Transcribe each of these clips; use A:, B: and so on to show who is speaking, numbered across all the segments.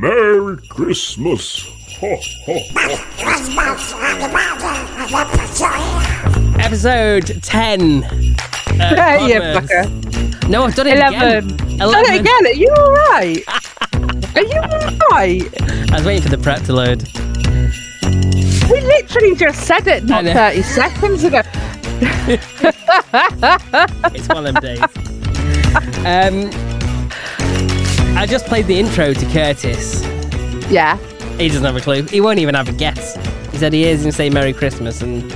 A: Merry Christmas! Ho, ho, ho.
B: Episode 10. Uh,
C: Yeah, you
B: Podmas.
C: fucker.
B: No, I've done it
C: Eleven.
B: again.
C: Done it again. Are you all right? Are you all right?
B: I was waiting for the prep to load.
C: We literally just said it
B: I
C: not
B: know.
C: thirty seconds ago.
B: It's one of them days. Um, I just played the intro to Curtis.
C: Yeah.
B: He doesn't have a clue. He won't even have a guess. He said he is and say Merry Christmas and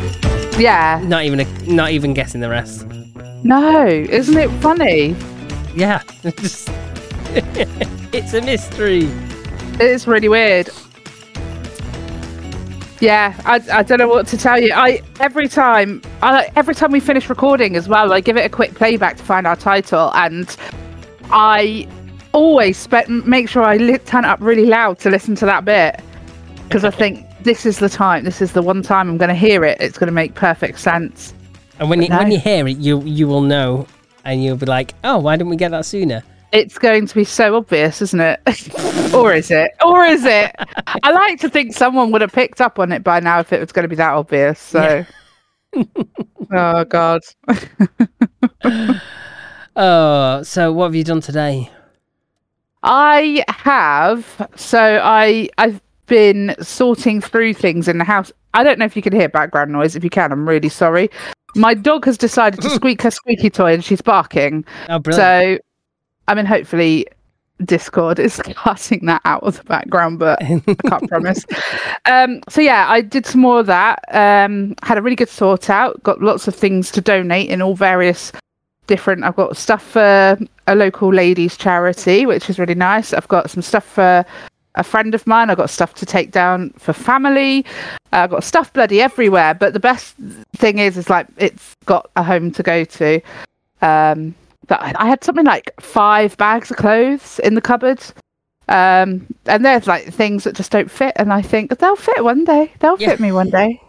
C: Yeah.
B: not even a, not even guessing the rest.
C: No. Isn't it funny?
B: Yeah, just it's a mystery.
C: It's really weird. Yeah, I, I don't know what to tell you. I every time I every time we finish recording as well, I give it a quick playback to find our title, and I always spe- make sure I li- turn it up really loud to listen to that bit because I think this is the time. This is the one time I'm going to hear it. It's going to make perfect sense.
B: And when you,
C: No.
B: when you hear it, you you will know, and you'll be like, oh, why didn't we get that sooner?
C: It's going to be so obvious, isn't it? or is it? Or is it? I like to think someone would have picked up on it by now if it was going to be that obvious. So, oh god,
B: Oh, so what have you done today?
C: I have. So I I've been sorting through things in the house. I don't know if you can hear background noise. If you can, I'm really sorry. My dog has decided to squeak her squeaky toy and she's barking.
B: Oh, brilliant!
C: So, I mean, hopefully, Discord is cutting that out of the background, but I can't promise. Um, so yeah, I did some more of that. Um, had a really good sort out. Got lots of things to donate in all various different. I've got stuff for a local ladies charity, which is really nice. I've got some stuff for a friend of mine. I've got stuff to take down for family. Uh, I've got stuff bloody everywhere. But the best thing is, is like it's got a home to go to. Um, but I- I had something like five bags of clothes in the cupboard. Um, and there's like things that just don't fit, and I think they'll fit one day. They'll
B: Yeah.
C: fit me one day.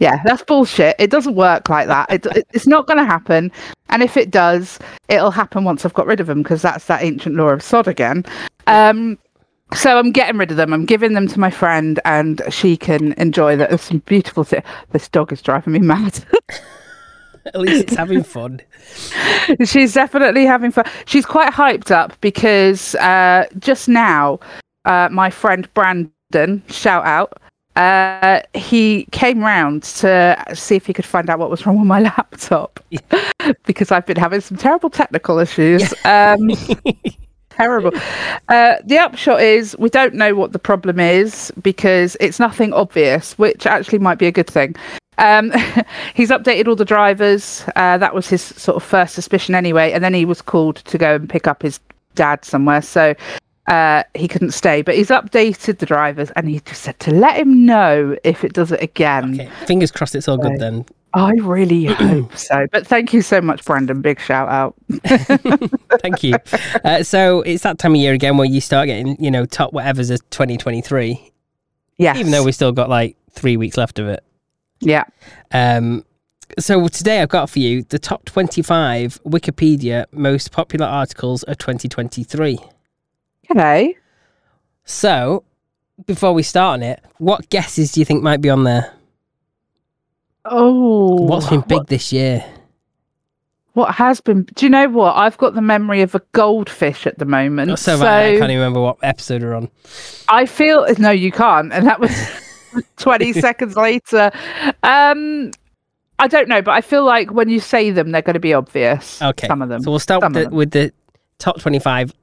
C: yeah, that's bullshit. It doesn't work like that. It, it- it's not going to happen. And if it does, it'll happen once I've got rid of them because that's that ancient law of sod again. Um, so I'm getting rid of them. I'm giving them to my friend, and she can enjoy that. There's some beautiful. thi- This dog is driving me mad.
B: At least it's having fun.
C: she's definitely having fun. She's quite hyped up because uh, just now, uh, my friend Brandon, shout out, uh, he came round to see if he could find out what was wrong with my laptop because I've been having some terrible technical issues. Um, terrible. Uh, the upshot is we don't know what the problem is because it's nothing obvious, which actually might be a good thing. Um, he's updated all the drivers. Uh, that was his sort of first suspicion anyway. And then he was called to go and pick up his dad somewhere. So uh, he couldn't stay. But he's updated the drivers and he just said to let him know if it does it again.
B: Okay, fingers crossed it's all good then.
C: I really hope so. But thank you so much, Brandon. Big shout out.
B: Thank you. Uh, so it's that time of year again where you start getting, you know, top whatever's of 2023,
C: Yes.
B: even though we still got like three weeks left of it.
C: Yeah.
B: Um, so today I've got for you the top 25 Wikipedia most popular articles of 2023.
C: Okay.
B: So before we start on it, what guesses do you think might be on there?
C: Oh.
B: What's been big
C: What,
B: this year?
C: what has been? Do you know what? I've got the memory of a goldfish at the moment.
B: So,
C: so
B: bad, I can't even remember what episode we're on.
C: I feel no, you can't, and that was twenty seconds later. Um, I don't know, but I feel like when you say them, they're going to be obvious.
B: Okay.
C: some of them.
B: So we'll start
C: Some
B: with
C: of
B: the,
C: them.
B: with the top 25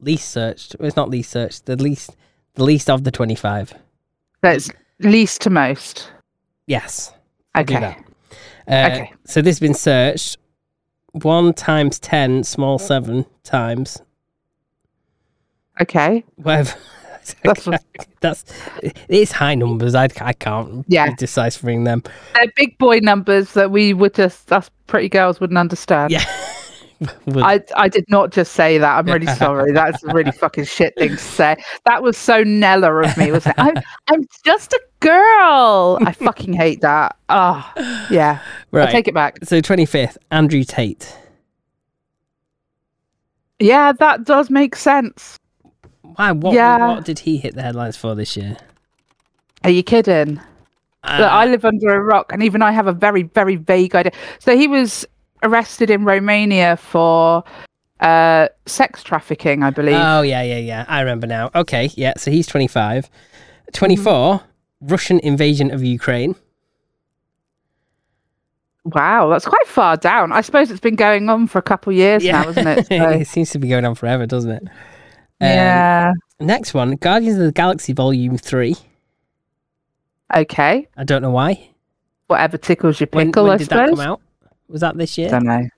B: least searched. It's not least searched, the least the least of the 25.
C: That's least to most.
B: Yes. do
C: Okay.
B: that. Uh,
C: Okay.
B: So this has been searched 1 times 10 small 7 times
C: Okay.
B: whatever.
C: That's what-
B: That's it's high numbers. I, I can't
C: Yeah.
B: be deciphering them.
C: They're big boy numbers that we would just us pretty girls wouldn't understand.
B: Yeah. Well,
C: I, I did not just say that. I'm really sorry. That's a really fucking shit thing to say. That was so Nella of me, wasn't it? I'm, I'm just a girl. I fucking hate that. Oh, yeah.
B: right.
C: I take it back.
B: So 25th, Andrew Tate.
C: Yeah, that does make sense.
B: Why? What,
C: Yeah.
B: what did he hit the headlines for this year?
C: Are you kidding?
B: Uh,
C: Look, I live under a rock, and even I have a very, very vague idea. So he was arrested in Romania for uh, sex trafficking, I believe.
B: oh, yeah, yeah, yeah. I remember now. Okay, yeah, so he's 25. 24,
C: Mm-hmm.
B: Russian invasion of Ukraine.
C: wow, that's quite far down. I suppose it's been going on for a couple of years now, isn't it? So,
B: it seems to be going on forever, doesn't it? Um,
C: yeah.
B: Next one Guardians of the Galaxy Volume 3.
C: Okay.
B: I don't know why.
C: Whatever tickles your
B: When,
C: pickle,
B: when
C: I
B: did that
C: suppose.
B: come out? Was that this year?
C: don't know.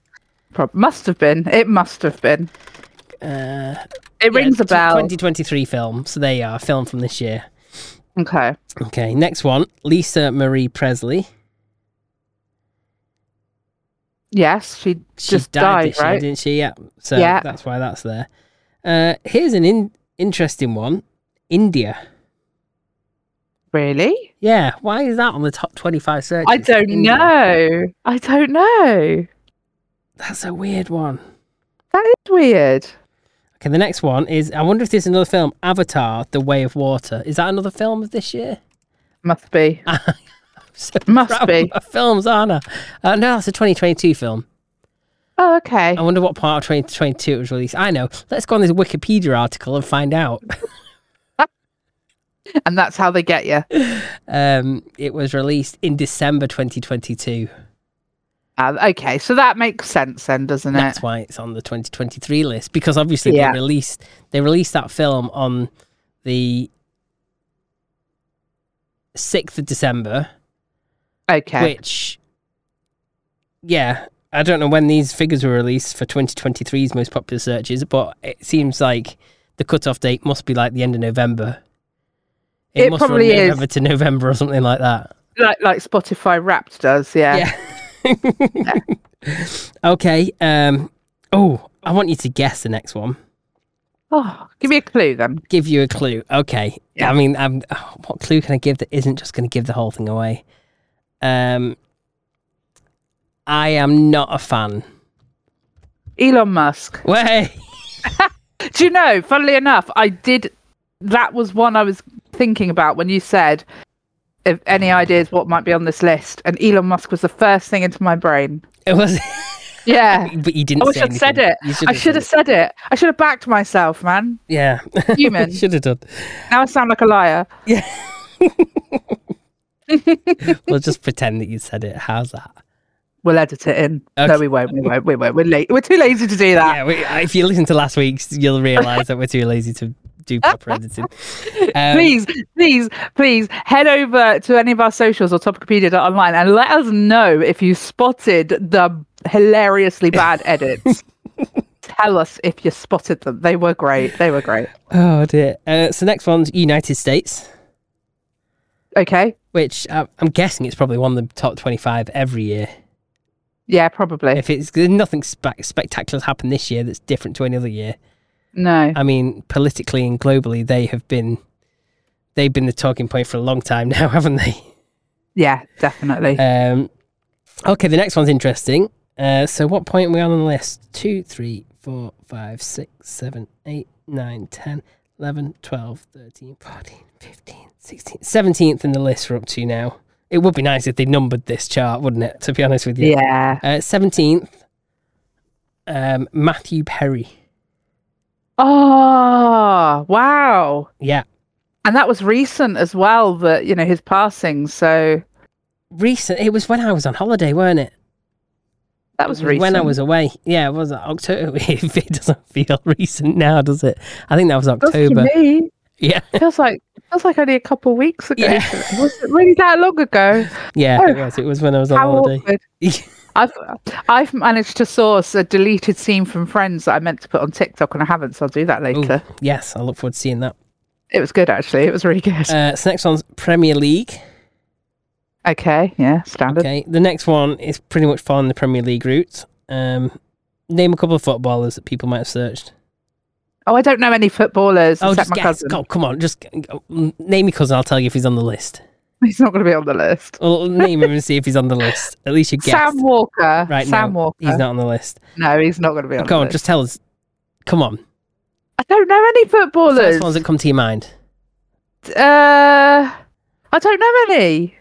C: Prob- must have been. It must have been.
B: Uh,
C: It
B: yeah,
C: rings a
B: t-
C: bell.
B: 2023 film. So there you are, film from this year.
C: Okay.
B: Okay, next one Lisa Marie Presley.
C: Yes, she,
B: she
C: just
B: died,
C: died,
B: this year,
C: right?
B: didn't she? Yeah. So
C: Yeah.
B: that's why that's there. Uh, here's an in- interesting one India.
C: Really?
B: Yeah. Why is that on the top 25 searches?
C: I don't
B: India.
C: know. I don't know.
B: That's a weird one.
C: That is weird.
B: Okay, the next one is I wonder if this is another film, Avatar, The Way of Water. Is that another film of this year?
C: Must be.
B: So
C: Must
B: proud
C: be.
B: of Films, aren't I? Uh, no, that's a 2022 film.
C: Oh, okay.
B: I wonder what part of 2022 it was released. I know. Let's go on this Wikipedia article and find out.
C: And that's how they get you.
B: Um, it was released in December 2022.
C: Uh, okay, so that makes sense then, doesn't it?
B: That's why it's on the 2023 list because obviously
C: Yeah.
B: they released they released that film on the 6th of December,
C: Okay.
B: which yeah, I don't know when these figures were released for 2023's most popular searches, but it seems like the cutoff date must be like the end of November.
C: It
B: must run
C: probably is.
B: November to November or something like that.
C: Like like Spotify Wrapped does, yeah.
B: Yeah. okay. Um. Oh, I want you to guess the next one.
C: Oh, give me a clue then.
B: give you a clue. Okay.
C: Yeah.
B: I mean, um, what clue can I give that isn't just going to give the whole thing away? Um, I am not a fan.
C: Elon Musk.
B: Way.
C: Do you know, funnily enough, I did that was one I was thinking about when you said if any ideas what might be on this list and Elon Musk was the first thing into my brain.
B: It was,
C: Yeah.
B: but you didn't.
C: I wish
B: say
C: I'd
B: anything.
C: said it.
B: You
C: I should have
B: said
C: said it. I should have backed myself, man.
B: it. Yeah.
C: Human.
B: should have done.
C: now I sound like a liar.
B: We'll just pretend that you said it. How's that?
C: We'll edit it in.
B: Okay.
C: No, we won't. We won't. We won't. We're late. We're too lazy to do that.
B: Yeah. We, uh, if you listen to last week's, you'll realise that we're too lazy to do proper editing. Um,
C: please, please, please head over to any of our socials or topicopedia.online and let us know if you spotted the hilariously bad edits. Tell us if you spotted them. They were great. They were great.
B: Oh dear. Uh, so next one's United States.
C: Okay.
B: which uh, I'm guessing it's probably one of the top 25 every year.
C: Yeah, probably.
B: If it's 'cause nothing spe- spectacular's happened this year that's different to any other year.
C: No.
B: I mean, politically and globally, they have been they've been the talking point for a long time now, haven't they?
C: Yeah, definitely.
B: Um, okay, the next one's interesting. Uh, so, what point are we on the list? 2, 3, 4, 5, 6, 7, 8, 9, 10, 11, 12, 13, 14, 15, 16, 17th in the list we're up to now. It would be nice if they numbered this chart, wouldn't it? To be honest with you.
C: Yeah.
B: Uh, 17th, um, Matthew Perry.
C: Oh, wow.
B: Yeah.
C: And that was recent as well, that, you know, his passing. So
B: Recent, it was when I was on holiday, weren't it?
C: that was
B: It was
C: recent.
B: when I was away. Yeah, it was October. it doesn't feel recent now, does it? I think that was
C: Feels to
B: October.
C: me.
B: Yeah,
C: feels like feels like only a couple of weeks ago.
B: Yeah.
C: Was it really that long ago?
B: yeah,
C: Oh.
B: it was. It was when I was on
C: How
B: holiday.
C: awkward. I've I've managed to source a deleted scene from Friends that I meant to put on TikTok and I haven't, so I'll do that
B: Ooh,
C: later.
B: yes, I look forward to seeing that.
C: It was good actually. It was really good.
B: Uh, so next one's Premier League.
C: okay, yeah, standard.
B: Okay, the next one is pretty much following the Premier League route. Um, name a couple of footballers that people might have searched.
C: Oh, I don't know any footballers
B: Oh,
C: except
B: just
C: my
B: guess.
C: cousin.
B: Oh, come on, just mm, name your cousin. I'll tell you if he's on the list.
C: He's not going to be on the list.
B: Well, name him and see if he's on the list. At least you guessed.
C: Sam Walker.
B: Right,
C: Sam
B: no,
C: Walker.
B: He's not on the list.
C: No, he's not going to be on.
B: Go
C: the
B: on,
C: list.
B: just tell us. Come on.
C: I don't know any footballers.
B: First ones that come to your mind.
C: Uh, I don't know any.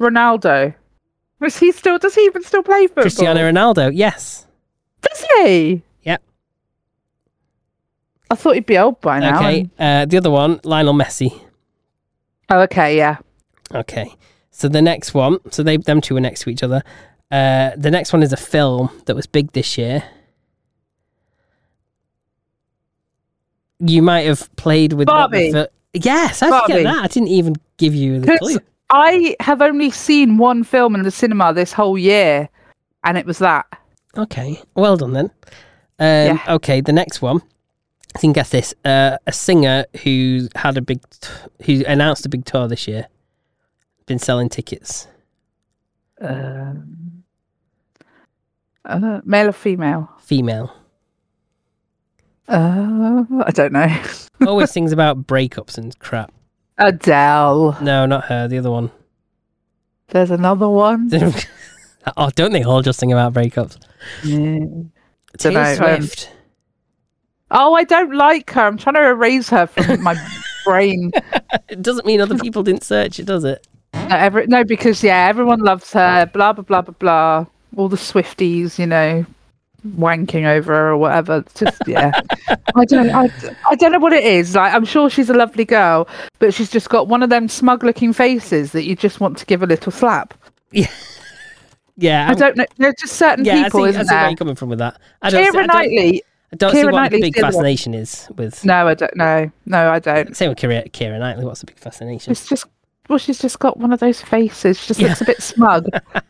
C: Ronaldo. Was he still? Does he even still play football?
B: Cristiano Ronaldo. Yes.
C: Does he?
B: Yep.
C: I thought he'd be old by now.
B: Okay. Uh, the other one, Lionel Messi.
C: Oh, okay, yeah.
B: Okay. So the next one, so they them two were next to each other. Uh, the next one is a film that was big this year. You might have played with what the
C: Barbie.
B: fil- yes, I
C: Barbie.
B: get that. I didn't even give you the clue.
C: Because I have only seen one film in the cinema this whole year, and it was that.
B: Okay, well done then. Um,
C: Yeah.
B: Okay, the next one. I think guess this. Uh, a singer who had a big, t- who announced a big tour this year, been selling tickets.
C: Um, uh, male or female?
B: Female
C: Uh, I don't know.
B: always sings about breakups and crap.
C: Adele.
B: No, not her. The other one.
C: There's another one.
B: oh, don't they all just sing about breakups?
C: Yeah.
B: Taylor
C: Dunno, um,
B: Swift.
C: Oh, I don't like her. I'm trying to erase her from my brain. Uh,
B: It doesn't mean other people didn't search it, does it?
C: No, every, no, because yeah, everyone loves her. Blah blah blah blah blah. All the Swifties, you know, wanking over her or whatever. It's Just yeah, I don't, I, I don't know what it is. Like, I'm sure she's a lovely girl, but she's just got one of them smug-looking faces that you just want to give a little slap.
B: Yeah.
C: I don't know. There's just certain
B: Oh. yeah, I
C: people,
B: see, I
C: isn't
B: see where
C: there?
B: you're coming from with that. I don't. see- I
C: Keira
B: don't,
C: Knightley.
B: I don't see
C: Keira
B: what the
C: Knightley's
B: big
C: the other one.
B: fascination is with.
C: No, I don't know. No, I don't.
B: Same with Kira, Kira Knightley. What's the big fascination?
C: It's just well, she's just got one of those faces. She just
B: Yeah.
C: looks a bit smug, a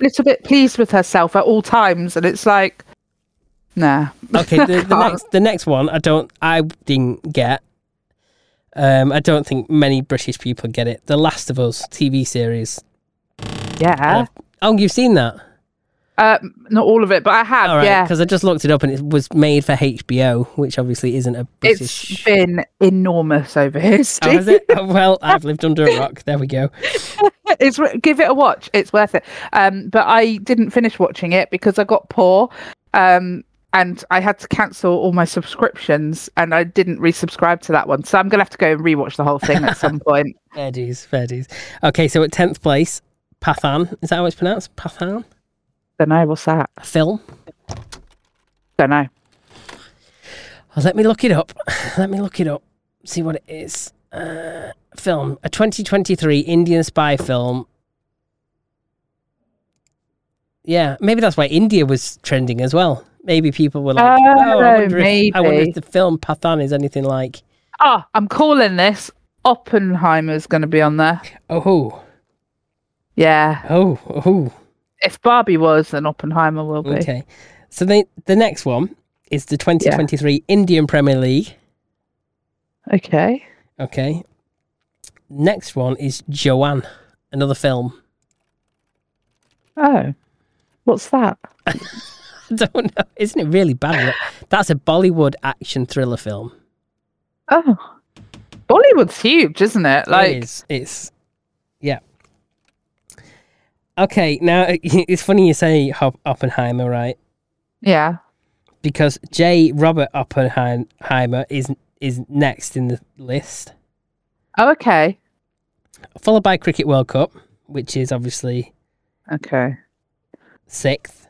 C: little bit pleased with herself at all times, and it's like, nah.
B: Okay, the, the
C: Can't.
B: next the next one I don't I didn't get. Um, I don't think many British people get it. The Last of Us TV series.
C: Yeah.
B: Uh, oh, you've seen that?
C: um, not all of it, but I have.
B: All right,
C: yeah.
B: because I just looked it up and it was made for HBO, which obviously isn't a British.
C: It's been enormous over here.
B: Oh,
C: Steve.
B: is it? Oh, well, I've lived under a rock. There we go.
C: it's wor- give it a watch. It's worth it. Um, but I didn't finish watching it because I got poor, um, and I had to cancel all my subscriptions, and I didn't resubscribe to that one. So I'm gonna have to go and rewatch the whole thing at some point.
B: Fair dues, fair dues. Okay, so at tenth place, Pathan. Is that how it's pronounced? Pathan.
C: Don't know what's that.
B: A film.
C: Don't know.
B: Oh, let me look it up. Let me look it up. See what it is. Uh, film. A 2023 Indian spy film. Yeah, maybe that's why India was trending as well. Maybe people were like, oh, I,
C: Oh,
B: wonder if, I wonder if
C: maybe.
B: the film Pathan is anything like.
C: Ah, I'm calling this. Oppenheimer's going to be on there.
B: Oh,
C: Yeah.
B: oh, oh.
C: If Barbie was, then Oppenheimer will be.
B: Okay. So the, the next one is the 2023 Indian Premier League.
C: Okay.
B: Okay. Next one is Joanne, another film.
C: Oh. What's that?
B: I don't know. Isn't it really bad? that- That's a Bollywood action thriller film.
C: Oh. Bollywood's huge, isn't it? Like,
B: it is. It's yeah. Okay, now it's funny you say Hop- Oppenheimer, right?
C: yeah.
B: Because J. Robert Oppenheimer is is next in the list,
C: Oh, okay.
B: followed by Cricket World Cup, which is obviously
C: Okay.
B: sixth,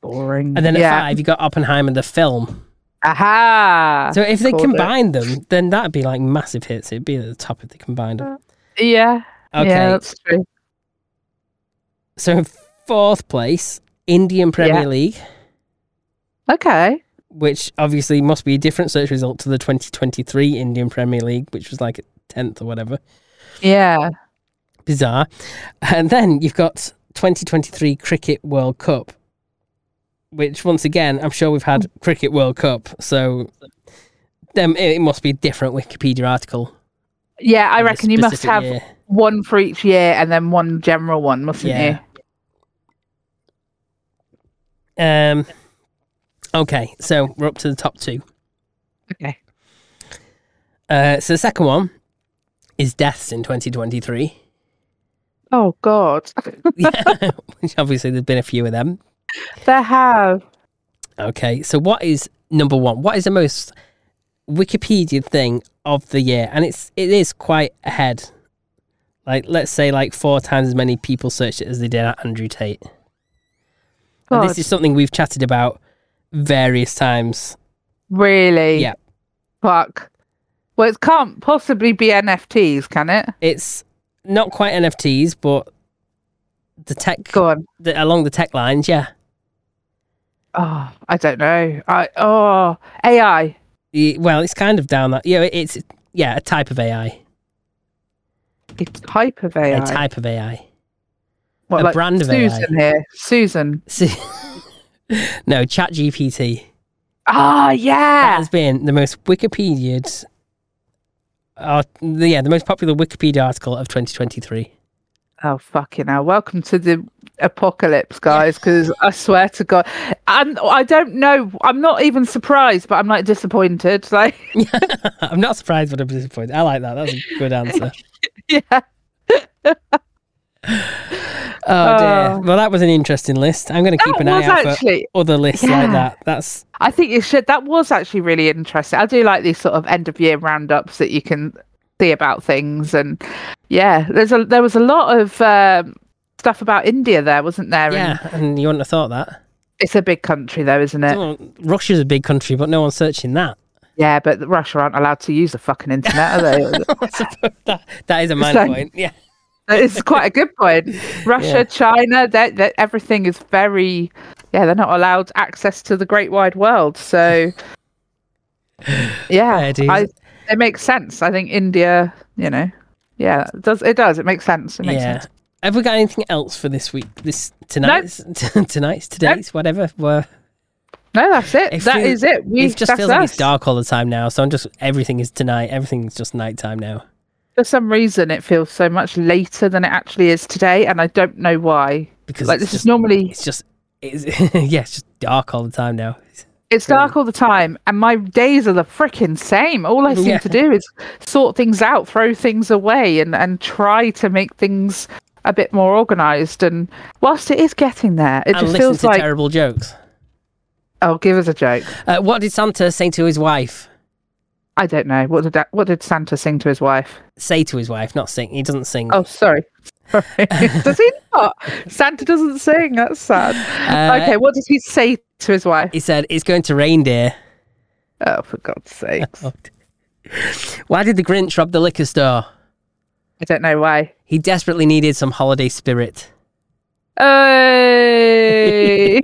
C: Boring.
B: and then at
C: yeah.
B: five you got Oppenheimer the film.
C: Aha.
B: So if they
C: called it.
B: combined them, then that'd be like massive hits. It'd be at the top if they combined them.
C: yeah.
B: Okay,
C: Yeah, that's true.
B: So in fourth place, Indian Premier
C: Yeah.
B: League,
C: Okay.
B: which obviously must be a different search result to the 2023 Indian Premier League, which was like tenth or whatever.
C: Yeah.
B: Bizarre. And then you've got 2023 Cricket World Cup, which once again I'm sure we've had Cricket World Cup, so um, it it must be a different Wikipedia article.
C: Yeah, I
B: for the
C: reckon you must
B: specific
C: have
B: year.
C: one for each year and then one general one, mustn't
B: Yeah.
C: you?
B: Um, okay, so we're up to the top two.
C: Okay.
B: Uh, so the second one is deaths in 2023.
C: Oh, God.
B: Yeah, which obviously there's been a few of them.
C: there have.
B: Okay, so what is number one? What is the most Wikipedia thing of the year, and it's it is quite ahead. Like let's say like four times as many people searched it as they did at Andrew Tate. And
C: God,
B: this is something we've chatted about various times.
C: really?
B: Yeah.
C: Fuck. Well, it can't possibly be NFTs, can it?
B: It's not quite NFTs, but the tech
C: Go on.
B: the, along the tech lines, yeah.
C: Oh, I don't know. I oh AI.
B: Y- Well, it's kind of down that. Yeah, it's yeah, a type of AI,
C: It's type of AI.
B: a type of AI.
C: What,
B: a brand of AI.
C: Susan here. Susan.
B: So- no, ChatGPT
C: Ah,
B: that
C: yeah.
B: has been the most Wikipedia, art, yeah, the most popular Wikipedia article of 2023.
C: Oh, fucking hell. Welcome to the apocalypse, guys, because I swear to God. And I don't know. I'm not even surprised, but I'm like disappointed. Like,
B: I'm not surprised, but I'm disappointed. I like that. That's a good answer.
C: yeah.
B: Oh
C: Oh.
B: dear. Well, that was an interesting list. I'm going to keep
C: That
B: an eye
C: was
B: out
C: actually-
B: for other lists like
C: Yeah.
B: that. That's
C: I think you should. That was actually really interesting. I do like these sort of end of year roundups that you can see about things, and yeah, there's a there was a lot of um, stuff about India there, wasn't there? And
B: yeah, and you wouldn't have thought that.
C: it's a big country though, isn't it?
B: Well, Russia's a big country, but no one's searching that.
C: Yeah, but Russia aren't allowed to use the fucking internet, are they?
B: I suppose that, that is a minor
C: So-
B: point. Yeah.
C: it's quite a good point. Russia,
B: Yeah.
C: China, that that everything is very yeah, they're not allowed access to the great wide world. So yeah,
B: Fair dues.
C: I, it makes sense. I think India, you know, yeah, it does it does it makes sense? It makes
B: yeah.
C: sense.
B: Have we got anything else for this week? This tonight's, tonight's, today's, whatever. We're,
C: No, that's it. That
B: It feels-
C: is it. We
B: it just
C: that's
B: feels
C: us.
B: like it's dark all the time now. So I'm just everything is tonight. Everything's just nighttime now.
C: For some reason, it feels so much later than it actually is today, and I don't know why.
B: Because
C: like
B: it's
C: this
B: just,
C: is normally
B: it's just it's, yeah, it's just dark all the time now.
C: It's dark all the time, and my days are the frickin' same. All I seem
B: Yeah.
C: to do is sort things out, throw things away, and, and try to make things a bit more organised. And whilst it is getting there, it
B: and
C: just
B: listen
C: feels
B: to
C: like,
B: terrible jokes.
C: oh, give us a joke.
B: Uh, what did Santa say to his wife?
C: I don't know. What did that, what did Santa sing to his wife?
B: Say to his wife, not sing. He doesn't sing.
C: Oh, sorry. Sorry. does he not? Santa doesn't sing. That's sad.
B: Uh,
C: okay, what does he say to his wife?
B: He said, "It's going to rain, dear."
C: Oh, for God's sakes!
B: Why did the Grinch rob the liquor store?
C: I don't know why.
B: He desperately needed some holiday spirit.
C: Hey.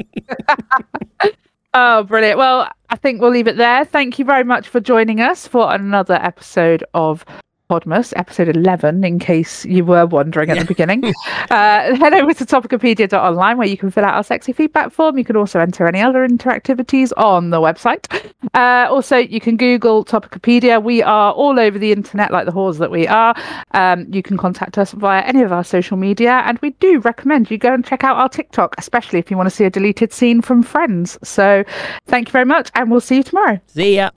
C: oh, brilliant. Well, I think we'll leave it there. Thank you very much for joining us for another episode of Podmas, episode 11, in case you were wondering at the beginning. uh, head over to topicopedia.online where you can fill out our sexy feedback form. You can also enter any other interactivities on the website. Uh, also, you can Google Topicopedia. We are all over the internet like the whores that we are. Um, you can contact us via any of our social media, and we do recommend you go and check out our TikTok, especially if you want to see a deleted scene from Friends. So, thank you very much, and we'll see you tomorrow.
B: See ya.